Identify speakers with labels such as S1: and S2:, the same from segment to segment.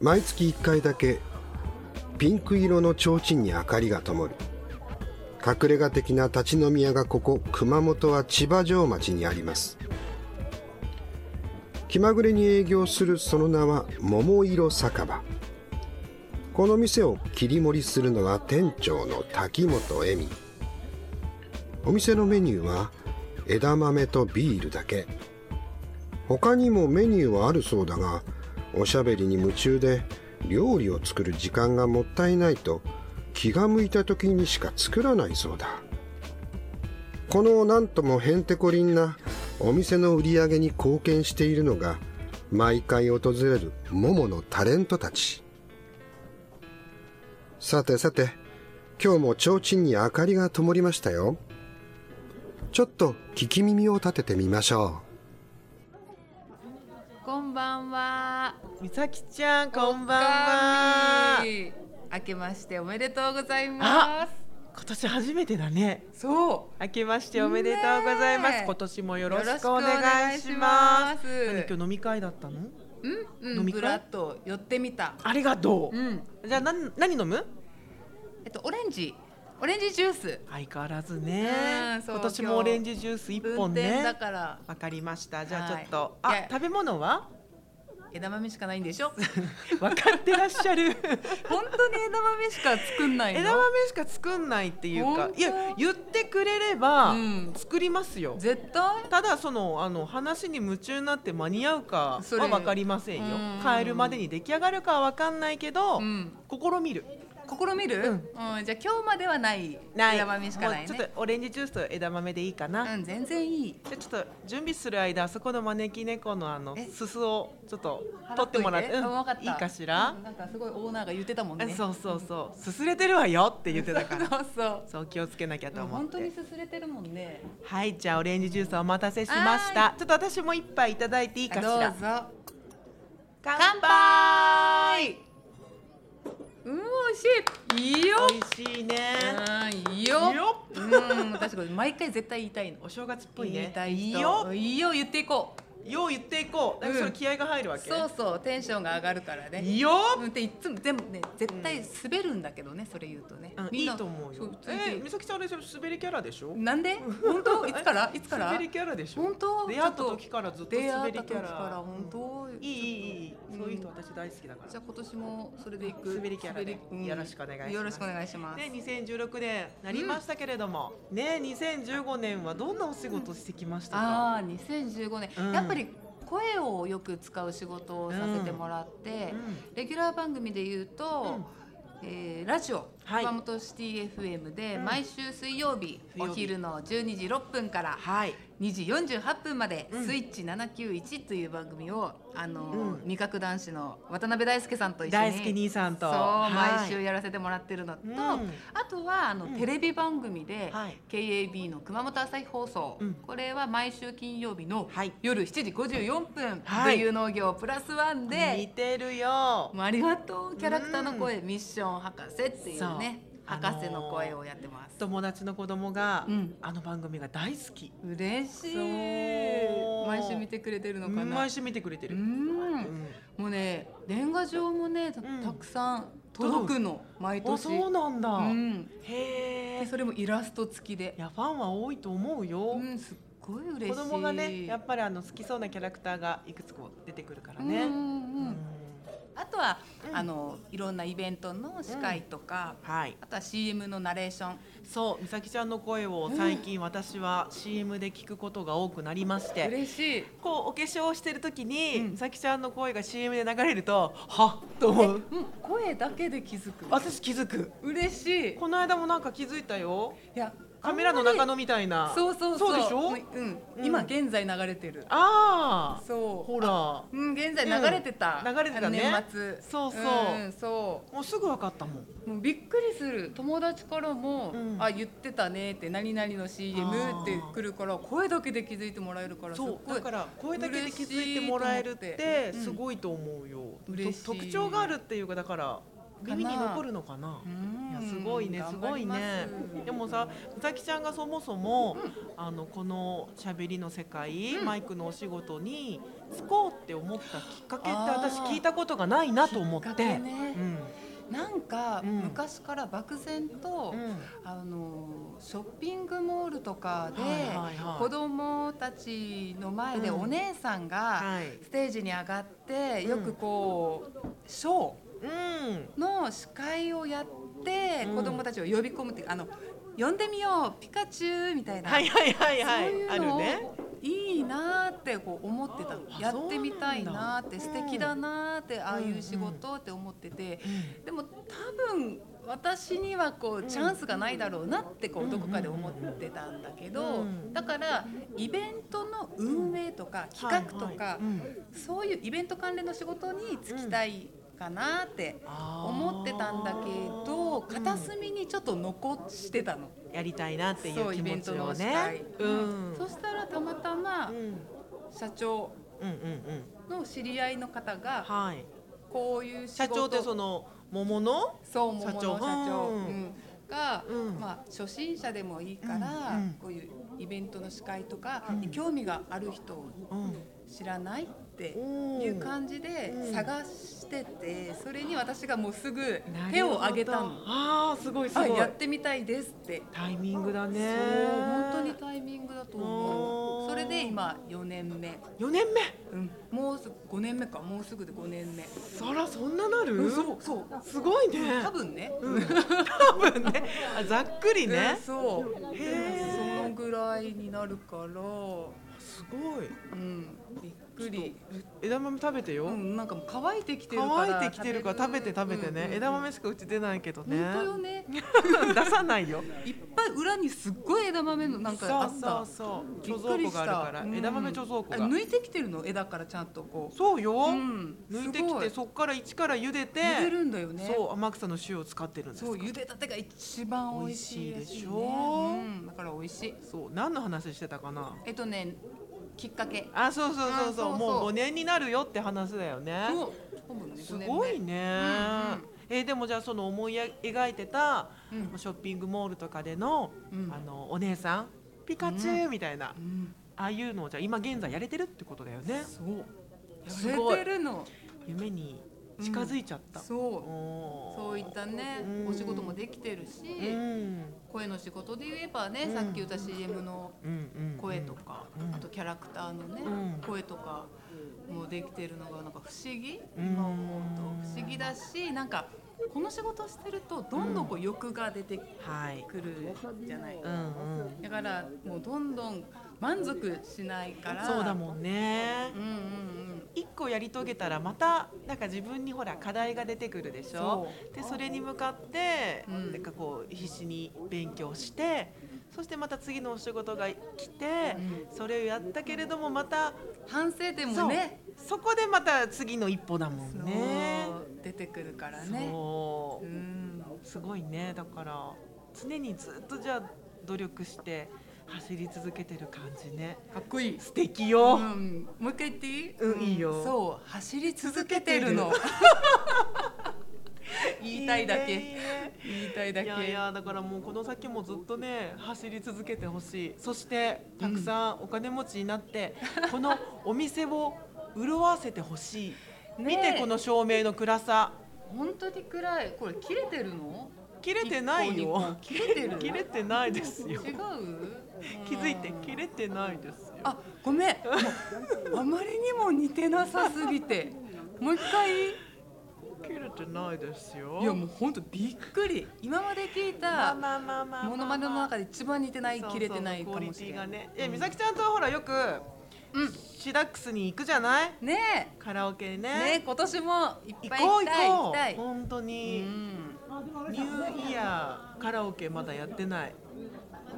S1: 毎月1回だけピンク色の提灯に明かりが灯る隠れ家的な立ち飲み屋がここ熊本は千葉城町にあります気まぐれに営業するその名は桃色酒場この店を切り盛りするのは店長の滝本恵美お店のメニューは枝豆とビールだけ他にもメニューはあるそうだがおしゃべりに夢中で料理を作る時間がもったいないと気が向いた時にしか作らないそうだこのなんともへんてこりんなお店の売り上げに貢献しているのが毎回訪れるモモのタレントたちさてさて今日も提灯に明かりが灯りましたよちょっと聞き耳を立ててみましょ
S2: こんばんは。
S3: みさきちゃんこんばんは
S2: 明けましておめでとうございま
S3: 今年初めてだね
S2: す。そう。
S3: 明けましておめでとうございます、
S2: ねえ
S3: 今年もよろしくお
S2: よろしくお願
S3: 願
S2: い
S3: い
S2: し
S3: し
S2: ま
S3: ますす何今日飲み会だったの
S2: うん、
S3: 飲み
S2: ブ
S3: 会
S2: ラッと寄ってみた。
S3: ありがとう、
S2: うん。
S3: じゃあ何何飲む
S2: えっとオレンジ、オレンジジュース。
S3: 相変わらずね
S2: うんそう
S3: 今年もオレンジジュース一
S2: 分
S3: 本
S2: 店だ
S3: ね
S2: から
S3: わかりましたじゃあちょっと、
S2: はいい
S3: あ
S2: や
S3: 食べ物は
S2: 枝豆しかないん でしょ。
S3: 分かってらっしゃ る
S2: 本当に枝豆しか作んないの。
S3: 枝豆しか作んないっていうか
S2: 本当
S3: いや言ってくれれば
S2: うん
S3: 作りますよ、
S2: 絶対。
S3: ただそのあの話に夢中になって間に合うか
S2: それ
S3: は分かりませんよ
S2: うん
S3: 帰るまでに出来上がるかは分かんないけど、
S2: うん。
S3: 試みる
S2: 試みる？う
S3: うんん、
S2: じゃあ今日まではない枝豆しかない
S3: もうちょ
S2: ね
S3: っ。とオレンジジュースと枝豆でいいかな、
S2: うん、全然いい。
S3: じゃあちょっと準備する間あそこの招き猫のあの
S2: え
S3: すすをちょっと取ってもらって
S2: 払といて
S3: うん
S2: あわかった
S3: いいかしら
S2: うん、なんかすごいオーナーが言ってたもんね。
S3: えそうそうそうすすれてるわよって言ってたか ら
S2: そうそう。
S3: そう気をつけなきゃ
S2: う
S3: と
S2: ん
S3: 思っ
S2: 本当
S3: て
S2: にすすれてるもんね。
S3: はいじゃあオレンジジュースお待たせしましたちょっと私も一杯いただいていいかし
S2: どう
S3: ら
S2: ぞ。
S3: 乾
S2: 杯。うん、美味しい。いいよ。
S3: 美味しいね
S2: うん、いいよ。
S3: いいよ
S2: うん、私これ毎回絶対言いたいの。
S3: お正月っぽいね
S2: 言いたい
S3: い
S2: 人。
S3: いよ
S2: いいよ、言っていこう。
S3: よう言っていこうだからそれ気合が入るわけ、
S2: そうそう、テンションが上がるからね。
S3: いいよ
S2: うん、っていつも全部ね、絶対滑るんだけどね、それ言うとね
S3: うん。
S2: み
S3: い
S2: ん
S3: い
S2: な
S3: と思う
S2: そ
S3: よ
S2: つい
S3: え
S2: て
S3: 美咲ちゃんあれでしょ滑りキャラでしょ
S2: なんで？本 当？いつから？いつから？
S3: 滑りキャラでしょ
S2: 本当
S3: 出会った時からずっと
S2: 出
S3: 滑
S2: 会っ
S3: り
S2: た
S3: キ
S2: 時
S3: ャ
S2: か
S3: ラ
S2: ら本
S3: うん
S2: 当。
S3: いいいいいい
S2: うん
S3: そういう人私大好きだか
S2: じゃ
S3: ら
S2: あ今年もそれでいく
S3: 滑りキャラで
S2: 滑り
S3: よろしくお願いします
S2: よろしくお願いします、
S3: ね2016年なりましたけれども、ね2015年はどんなお仕事してきましたか、
S2: ああ2015年、
S3: うん
S2: やっぱり声をよく使う仕事をさせてもらって、
S3: うん
S2: レギュラー番組で言うと、えーラジオ、
S3: はい
S2: 熊本シティ FM で
S3: うん
S2: 毎週水曜日、
S3: 水曜日
S2: お昼の12時6分から
S3: はい
S2: 2時48分まで「
S3: うん
S2: スイッチ791」という番組をあの、
S3: うん
S2: 味覚男子の渡辺大輔さんと一緒に
S3: 大好き兄さん
S2: そ
S3: と
S2: う、
S3: はい
S2: 毎週やらせてもらってるのと、
S3: うん
S2: あとはあの、
S3: うん
S2: テレビ番組で、
S3: はい
S2: KAB の熊本朝日放送、
S3: うん
S2: これは毎週金曜日の
S3: はい
S2: 夜7時54分「
S3: はい
S2: という農業プラスワン
S3: 似
S2: で
S3: てるよ
S2: 「もうありがとうキャラクターの声、ミッション博士」っていうね
S3: そう
S2: 博士の声をやってます。
S3: 友達の子供が、
S2: うん
S3: あの番組が大好き
S2: 嬉しい
S3: そう
S2: 毎週見てくれてるのかな
S3: 毎週見てくれて
S2: う
S3: る、うんん
S2: もうね年賀状もねた
S3: うん
S2: たくさん届くの毎
S3: あ
S2: 年
S3: そうなんだ、
S2: うんで
S3: へえ
S2: それもイラスト付きで
S3: いやファンは多いと思うよ、
S2: うんすっごい嬉しい
S3: 子供がねやっぱりあの好きそうなキャラクターがいくつか出てくるから
S2: う
S3: ね
S2: んう、
S3: うん
S2: うんあとは
S3: うん
S2: あのいろんなイベントの司会とか
S3: はい
S2: あとは CM のナレーション
S3: そう美咲ちゃんの声を最近私は CM で聞くことが多くなりまして、
S2: 嬉しい
S3: こうお化粧をしてる時に、
S2: うん
S3: 美咲ちゃんの声が CM で流れるとはっと思う
S2: うん声だけで気づく
S3: 私気づく
S2: 嬉しいい
S3: この間もなんか気づいたよ
S2: や
S3: カメラの中のみたい
S2: あん
S3: な
S2: まりそうそうそう
S3: でしょ、
S2: うん
S3: うん
S2: 今現在流れてる
S3: ああ
S2: そう
S3: ほら
S2: うん、現在流れてた、
S3: うん流れてたね
S2: あの年末
S3: そうそうん
S2: そ
S3: もうすぐ分かったもん
S2: うもうびっくりする友達からも「
S3: うん
S2: あ言ってたね」って「何々の CM」
S3: あー
S2: って来るから声だけで気づいてもらえるからすっ
S3: そ
S2: ご
S3: う
S2: い
S3: だから声だけで気づいてもらえるっ
S2: 嬉しいと思って
S3: て
S2: うん
S3: すごいと思うよ、
S2: 嬉しい
S3: と特徴があるっていうかだから耳に残るのかな。いやすごいねすごいねでもさ美咲ちゃんがそもそも、あのこのしゃべりの世界、
S2: うん
S3: マイクのお仕事に就こうって思ったきっかけって
S2: あー
S3: 私聞いたことがないなと思って
S2: きっかけね
S3: うん
S2: なんか
S3: うん
S2: 昔から漠然と、
S3: うん
S2: あのショッピングモールとかで、
S3: はいはいはい
S2: 子供たちの前で
S3: うん
S2: お姉さんが
S3: はい
S2: ステージに上がって、
S3: うん
S2: よくこうショ
S3: うん
S2: ーの司会をやって、
S3: うん
S2: 子供たちを呼び込むっていうあの呼んでみようピカチュウみたいな、
S3: はいはいはい
S2: そう
S3: はい
S2: い
S3: あ
S2: う
S3: る
S2: のを、
S3: ね
S2: いいなーってこう思ってたの
S3: あ
S2: やってみたいなーって
S3: そ
S2: 素
S3: うなんだ
S2: 敵だなーってああいう仕事って思ってて、でも多分私にはこうチャンスがないだろうなってこ
S3: うん
S2: うどこかで思ってたんだけど、
S3: うん
S2: だからイベントの運営とか企画と
S3: はいは
S2: か
S3: いうん
S2: そういうイベント関連の仕事に就きたいかなって
S3: あー
S2: 思ってたんだけど
S3: うん
S2: 片隅にちょっと残してたの。
S3: やりたいなってい
S2: そうう
S3: 気
S2: イベ
S3: 持
S2: ン
S3: ち
S2: ト
S3: を
S2: の司
S3: ね
S2: 会、
S3: う
S2: うん
S3: ん
S2: そしたらたまたま
S3: うん
S2: 社長
S3: うんうんうん
S2: の知り合いの方が
S3: はい
S2: こういう仕事
S3: 社長ってその桃の
S2: そう桃
S3: 社
S2: の
S3: 長
S2: 社長、
S3: うん
S2: うんが、
S3: うん
S2: まあ、初心者でもいいから、
S3: うんうん
S2: こういうイベントの司会とかに興味がある人を
S3: うん
S2: 知らないって
S3: おー
S2: いう感じで
S3: うん
S2: 探しててそれに私がもうすぐ手を挙げたの。
S3: ああーすごいすご
S2: あ
S3: い
S2: やってみたいですって。
S3: タイミングだ
S2: そう
S3: ね
S2: 本当にタイミングだと思
S3: おー
S2: う。それで今4年目、
S3: 4年目
S2: うん、もうすぐ5年目かもうすぐで5年目。
S3: そらそんななる、
S2: うんそうそう。
S3: すごいね
S2: 多分ね。
S3: 多分ねあざっくりね
S2: うん、そう。でも
S3: へー
S2: そのぐらいになるから、う
S3: すごい
S2: ん、びっくり。
S3: 枝豆食べてよ、
S2: うん、なんかもう乾いてきてるから。
S3: 乾いてきてるから食べて食べてね、
S2: うんうん
S3: 枝豆しかうち出ないけどね
S2: 本当よね。
S3: 出さないよ
S2: いっぱい裏にすっごい枝豆のなんかあった。
S3: そうそう
S2: び
S3: そ
S2: っ
S3: う貯
S2: く
S3: 蔵
S2: り
S3: 庫
S2: し
S3: が
S2: た
S3: あるから、
S2: うん
S3: 枝豆貯蔵庫
S2: あ
S3: が
S2: 抜いてきてるの枝からちゃんとこ
S3: そうよ、
S2: う。うん、
S3: 抜いてきて
S2: すごい
S3: そっから一から茹でて
S2: 茹でるんだよね。
S3: そう天草の塩を使ってるんです
S2: そう
S3: か
S2: 茹でたてが一番美味しいら
S3: 美味しい
S2: ね
S3: でしょ
S2: うん、だから美味しい。
S3: そう何の話してたかな
S2: えっとね、きっかけ。
S3: あそうそうそうそう
S2: あそうそう
S3: もう5年になるよって話だよね
S2: そう、多分ね
S3: すごい
S2: ね。
S3: ね、
S2: う
S3: えーでもじゃあその思い描いてた
S2: うん
S3: ショッピングモールとかでの,、
S2: うん
S3: あのお姉さんピカチュウみたいな、
S2: うん、
S3: ああいうのをじゃあ今現在やれてるってことだよね
S2: そう。
S3: すごい
S2: やれてるの。
S3: 夢に近づいちゃった、
S2: そう。
S3: おー
S2: そういったね
S3: う、ん
S2: お仕事もできてるし、
S3: うん
S2: 声の仕事で言えばね、
S3: うん
S2: さっき言った CM の
S3: うんうんうん
S2: 声とか、
S3: うん
S2: あとキャラクターのね、
S3: うん
S2: 声とかもできてるのがなんか不思議、
S3: うん
S2: 今思うと不思議だし、なんかこの仕事してるとどんどんこう欲が出て
S3: はい
S2: くるじゃない。
S3: うんうん
S2: だからもうどんどん満足しないから。
S3: そうだもんね
S2: うんうんうん。
S3: 一個やり遂げたらまたなんか自分にほら課題が出てくるでしょでそれに向かって、
S2: うん
S3: なんかこう必死に勉強してそしてまた次のお仕事が来て、それをやったけれどもまた
S2: 反省点もね。
S3: そこでまた次の一歩だもんね。
S2: そう出てくるからね
S3: そううんすごいねだから常にずっとじゃあ努力して走り続けてる感じね
S2: かっこいい、
S3: 素敵
S2: う
S3: よ、
S2: ん、もう一回言っていい、
S3: うんいいよ
S2: そう走り続けてる の言いたいだけ
S3: いねいいね
S2: 言いたいだ
S3: い
S2: け
S3: やいやだからもうこの先もずっとね走り続けてほしいそしてたくさんお金持ちになって、このお店を潤わせてほしい、見てこの照明の暗さ
S2: 本当に暗いこれ切れてるの
S3: 切れてない
S2: 一本
S3: よ
S2: 一本切れてる
S3: 切れてないです
S2: 違う
S3: よ気づいて切
S2: れ
S3: れてないですよ
S2: あごめん もうあまりにも似てなさすぎてもう一回
S3: 切れてないですよ
S2: いやもう本当びっくり今まで聞いた
S3: まあまあまあまあまあ
S2: モノマネの中で一番似てない
S3: そうそう
S2: 切れてないかもしれない
S3: クオリティがねえ美咲ちゃんとはほらよく、
S2: うん
S3: シダックスに行くじゃない
S2: ね
S3: カラオケ
S2: えねえ今年もいっ
S3: 行
S2: ぱい行
S3: こう
S2: きたい
S3: 行
S2: 行き
S3: こ
S2: た
S3: う
S2: い
S3: 本当
S2: う
S3: に、
S2: ん
S3: ニューイヤーカラオケまだやってない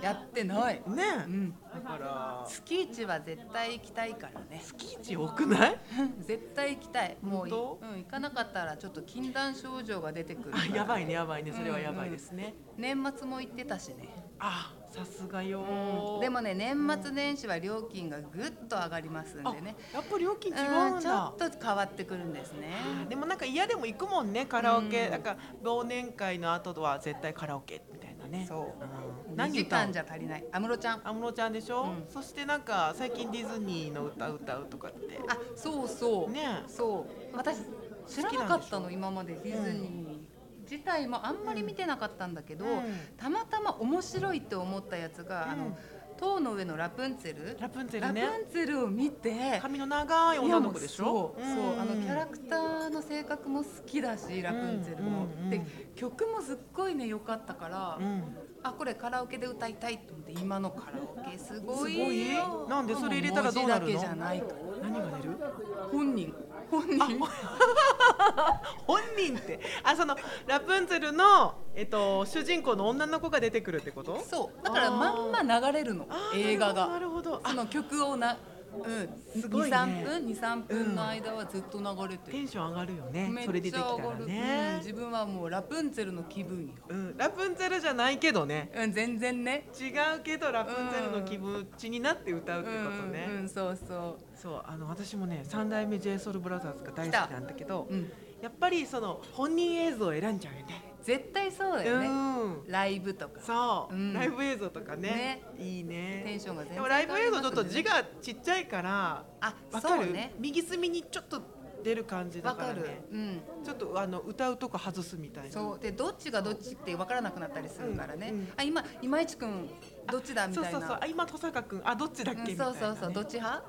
S2: やってない、
S3: ね
S2: う
S3: え
S2: ん、
S3: だから
S2: 月一は絶対行きたいからね
S3: 月一多くない
S2: 絶対行きたいもうい
S3: 本
S2: うん、行かなかったらちょっと禁断症状が出てくる
S3: あや
S2: い
S3: ばいねやばいねそれはやばいですね、
S2: 年末も行ってたしね、
S3: あさすがよ
S2: うん、でもね年末年始は料金がぐっと上がりますんでね
S3: あやっぱ料金違
S2: う
S3: うんん
S2: ちょ
S3: だ
S2: っと変わってくるんですね
S3: でもなんか嫌でも行くもんねカラオケ、
S2: うん
S3: なんか忘年会の後とは絶対カラオケみたいなね
S2: そ
S3: うん
S2: 2時
S3: 歌う
S2: 間じゃ足りない安室ちゃん
S3: 安室ちゃんでしょ、
S2: うん
S3: そしてなんか最近ディズニーの歌歌うとかって
S2: あそうそう、
S3: ね
S2: そう私知らなかったの今までディズニー自体もあんまり見てなかったんだけど、
S3: うん
S2: たまたま面白いって思ったやつが、あ
S3: うん
S2: の塔の上のラプンツェル
S3: ラプンツェ
S2: ラ
S3: ル
S2: プ
S3: ね
S2: ンツェルを見て
S3: 髪の長い女の子でし
S2: いやも
S3: ょ
S2: うそう,、そうあのキャラ
S3: ク
S2: クターの性格も好きだしラプンツェルも、
S3: うんうん
S2: で曲もすっごいね良かったから、
S3: うん、
S2: あこれカラオケで歌いたいと思って今のカラオケすごいよ
S3: すごいなんでそれ入れたらどうなるの
S2: 文字だけじゃないから
S3: 何が出る
S2: 本人本人
S3: 本人ってあそのラプンツェルの、えっと、主人公の女の子が出てくるってこと
S2: そうだからまんま流れるの
S3: あー
S2: 映画
S3: な
S2: が
S3: るほどなるほ
S2: そ
S3: どあ
S2: の曲をな、うん、
S3: すごいね
S2: 23分23分の間はずっと流れて
S3: テ
S2: る、
S3: ンション上がるよね
S2: めっ
S3: それ出
S2: ち
S3: て
S2: ゃ
S3: き
S2: 上
S3: た
S2: が
S3: ら
S2: る、うん
S3: ね、
S2: 自分はもうラプンツェルの気分よ、
S3: うん、ラプンツェルじゃないけどね
S2: うん、全然ね
S3: 違うけどラプンツェルの気持ちになって歌うってことね、
S2: うんうん、そうそ
S3: そうあの私もね三代目 j s o u l b r o t h e r が大好きなんだけど、
S2: う、うん、
S3: やっぱりその本人映像を選んじゃうよね
S2: 絶対そうだよね、
S3: うん
S2: ライブとか
S3: そう、
S2: うん
S3: ライブ映像とかねいいね
S2: テンションが全
S3: で
S2: 然変
S3: も
S2: わ
S3: ライ
S2: り
S3: ブ
S2: ます
S3: 映
S2: よね
S3: 像ちょっと字がちっちゃいから
S2: あ
S3: わか
S2: そ
S3: る
S2: うね
S3: 右隅にちょっと出る感じだ
S2: わ
S3: か
S2: からる、
S3: ね
S2: うん
S3: ちょっとあの歌うとこ外すみたいな
S2: そうでどっちがどっちって分からなくなったりするからね、
S3: うんうん
S2: あ今今市くんどっちだみた
S3: そ
S2: いうな
S3: そうそうあ今登坂君あどっちだっけ、
S2: うん
S3: みたい
S2: そ
S3: な
S2: う
S3: ね、
S2: そうそうどっち派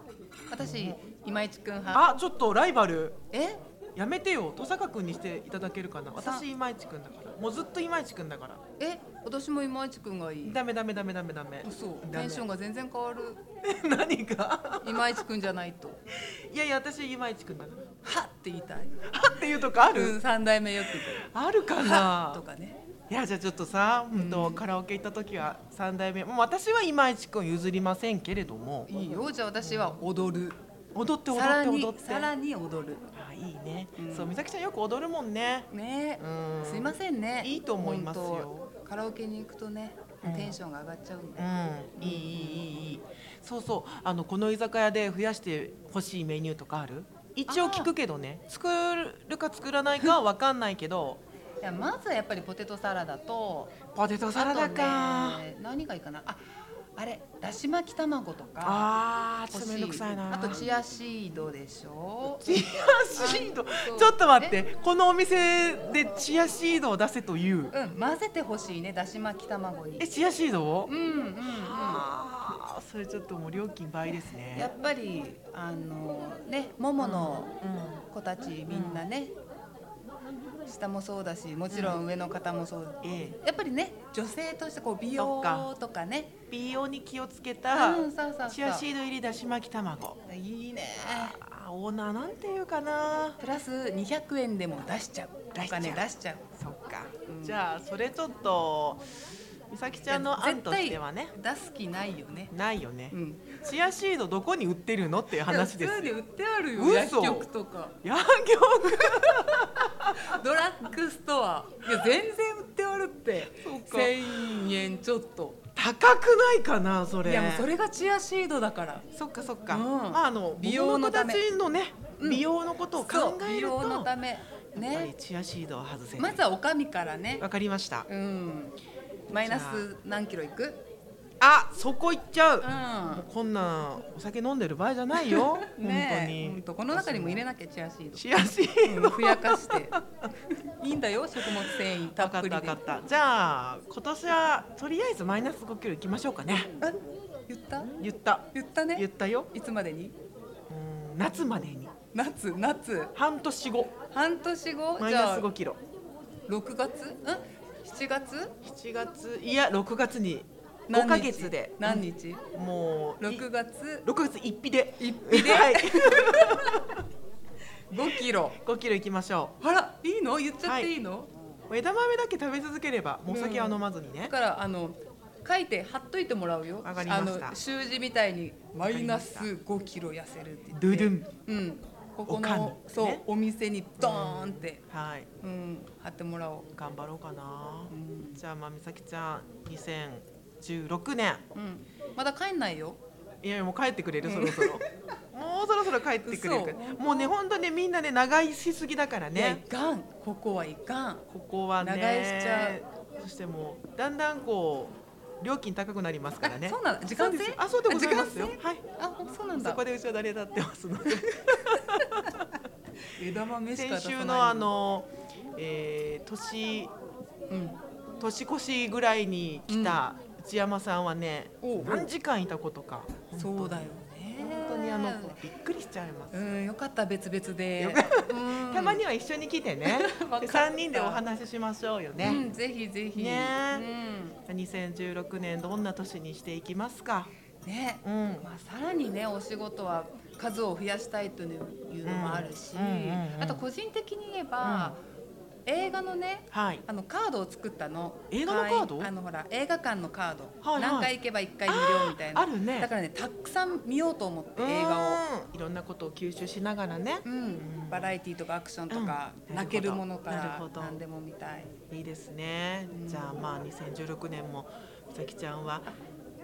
S2: 私今市くん派
S3: あちょっとライバル
S2: え
S3: やめてよ登坂君にしていただけるかな私今市君だからもうずっと今市君だから
S2: え私も今市くんがいい
S3: ダメダメダメダメダメ
S2: 嘘
S3: ダ
S2: テ
S3: メ
S2: ンションが全然変わ る
S3: 何が
S2: 今市くんじゃないと
S3: いやいや私今市君だから
S2: はっ って言いたい
S3: はっていうとこある、
S2: うん三代目よく
S3: あるか
S2: はっ と
S3: な
S2: かね
S3: いやじゃあちょっとさ、うんと、カラオケ行った時は三代目もう私は今市君譲りませんけれども
S2: いいよじゃあ私は踊る
S3: 踊って踊
S2: さら
S3: って
S2: に
S3: 踊って
S2: さらに踊る
S3: あいいね、
S2: うん
S3: そう美咲ちゃんよく踊るもんね
S2: ね
S3: うん
S2: すいませんね
S3: いいと思いますよ
S2: 本当カラオケに行くとね
S3: うん
S2: テンションが上がっちゃうんで、
S3: うんいいいいいいいいそうそうあのこの居酒屋で増やしてほしいメニューとかある一応聞くけどね作るか作らな いかは分かんないけど
S2: いやまずはやっぱりポテトサラダと
S3: ポテトサラダ
S2: あ
S3: か
S2: と、ね、何がいいかなああれだし巻き卵とか
S3: あーちょ
S2: 欲しい
S3: っとめんどくさいな
S2: あとチアシードでしょ
S3: チアシード
S2: そう
S3: ちょっと待ってこのお店でチアシードを出せという
S2: うん混ぜてほしいねだし巻き卵に
S3: えチアシードを
S2: うんうんうん
S3: ああそれちょっともう料金倍です
S2: や
S3: ね
S2: っぱりあのねももの
S3: うん
S2: 子たちみんなね、下もそうだしもちろん上の方もそう、
S3: ええ
S2: やっぱりね女性としてこう美
S3: そ
S2: 容
S3: っか
S2: とかね
S3: 美容に気をつけた
S2: うんそうそうそう
S3: チアシード入りだし巻き卵
S2: いいね
S3: あーオーナーなんていうかな
S2: プラス200円でも出しちゃう
S3: 出
S2: お
S3: しちゃう
S2: 金出しちゃう
S3: そっか、
S2: うん
S3: じゃあそれちょっと美咲ちゃんの案としてはね
S2: 絶対出す気ないよね
S3: ないよね、
S2: うん
S3: チアシードどこに売ってるのっていう話です
S2: 普通で売ってあるよ薬
S3: 嘘
S2: 局とか
S3: 薬局
S2: ドラッグストアいや全然売ってあるって
S3: そうか
S2: 1000円ちょっと
S3: 高くないかなそれ
S2: いやもうそれがチアシードだから
S3: そっかそっか、
S2: うん
S3: まああの
S2: 美
S3: 美
S2: 容
S3: 容
S2: の
S3: の
S2: た
S3: 子
S2: め
S3: たちのね、
S2: うん
S3: 美容のことを考
S2: そう
S3: え
S2: 美
S3: ると
S2: 容のため
S3: やっぱり
S2: ね
S3: チアシードは外せな
S2: ま
S3: い
S2: ずはおかみからね
S3: わかりました
S2: うんマイナス何キロいく
S3: あそこ行っちゃう、
S2: う
S3: も
S2: ん
S3: うこんなお酒飲んでる場合じゃないよ本当
S2: ねえ
S3: に
S2: ほんとこの中にも入れなきゃチアシード
S3: チアシード
S2: うんふやかしていいんだよ食物繊維た
S3: 分
S2: っ
S3: か
S2: ぷ
S3: った
S2: り
S3: 分
S2: で
S3: かったじゃあ今年はとりあえずマイナス5キロいきましょうかね
S2: あ言った
S3: 言った
S2: 言ったね
S3: 言ったよ
S2: いつまでに
S3: うん夏までに
S2: 夏夏
S3: 半年後
S2: 半年後
S3: マイ
S2: じゃ
S3: ナ
S2: あ
S3: ス5キロ
S2: 6月ん7月
S3: 7月いや6月に
S2: 何
S3: 5
S2: 日
S3: ヶ月で
S2: 何日
S3: もう
S2: 6
S3: い
S2: 月
S3: 6月一日で
S2: 一日で
S3: はい、
S2: 5キロ
S3: 5キロいきましょ
S2: あらいいの言っちゃっていいの、
S3: う枝豆だけ食べ続ければもうお酒は飲まずにね
S2: だ、からあの書いて貼っといてもらうよ
S3: わかりました
S2: あの習字みたいにマイナス5キロ痩せるって言って
S3: ドゥドゥン
S2: うん、ここ
S3: おかんね
S2: のそうお店にドーンって、
S3: はい
S2: うん、貼ってもらおう、
S3: 頑張ろうかな、
S2: うん
S3: じゃあまあ美咲ちゃん2016年
S2: うん、まだ帰んないよ
S3: いやいやもう帰ってくれるそろ そろもうそろそろ帰ってくれるもうね本当ねみんなね長居しすぎだから
S2: いやい
S3: ね
S2: かんここはいかん
S3: ここはね
S2: 長居しちゃ
S3: そしてもうだんだんこう料金高くなりますからね
S2: あそうなの時間制
S3: そうですよあそうでございますよ
S2: 時間
S3: はい
S2: あそうなん
S3: そ
S2: だ
S3: こでうちは誰だってますので
S2: 枝豆しか出
S3: 先
S2: さない
S3: 週のあ、の、えー年
S2: うん、
S3: 年越しぐらいに来た内山さんはね、
S2: おう
S3: 何時間いたことか
S2: そうだよね
S3: 本当にあのびっくりしちゃいます、
S2: うんよかった別々でうん
S3: たまには一緒に来てね
S2: わかった
S3: 3人でお話ししましょうよ
S2: う
S3: ね、
S2: ん、ぜひぜひ
S3: ね
S2: うん
S3: 2016年どんな年にしていきますか
S2: ね
S3: うん
S2: まあ、さらにねお仕事は数を増やしたいというのもあるし、
S3: うんうんうんうん
S2: あと個人的に言えば、映画のね
S3: はい
S2: あのカードを作ったの
S3: 映画のカード
S2: 会員あのほら映画館のカード、
S3: はいはい
S2: 何回行けば1回無料みたいな
S3: あるね
S2: だからねたくさん見ようと思って映画を、
S3: うんいろんなことを吸収しながらね
S2: うんバラエティーとかアクションとか、
S3: うん
S2: 泣けるものか
S3: な
S2: ら
S3: るほど
S2: 何でも見たい、
S3: いいですね、
S2: うん
S3: じゃあまあ2016年も美咲ちゃんは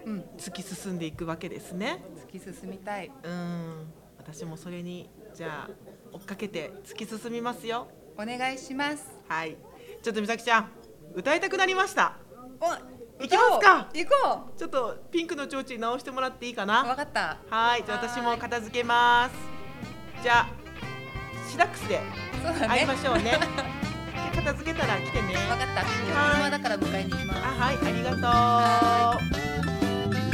S2: うん、
S3: 突き進んでいくわけですね
S2: 突き進みたい
S3: うん私もそれにじゃあ追っかけて突き進みますよ
S2: お願いします
S3: はいちょっと美咲ちゃん歌いたくなりました
S2: お
S3: 行きますか
S2: 行こ
S3: ちょっとピンクの提灯直してもらっていいか
S2: うわ
S3: な
S2: かった
S3: はいじゃあ
S2: はーい
S3: 私も片付けますじゃあシダックスで
S2: そうだね
S3: 会いましょうねで片付けたら来て
S2: 分
S3: ね
S2: かった車
S3: はい
S2: だから迎えに行きます
S3: あはいありがとう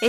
S4: ー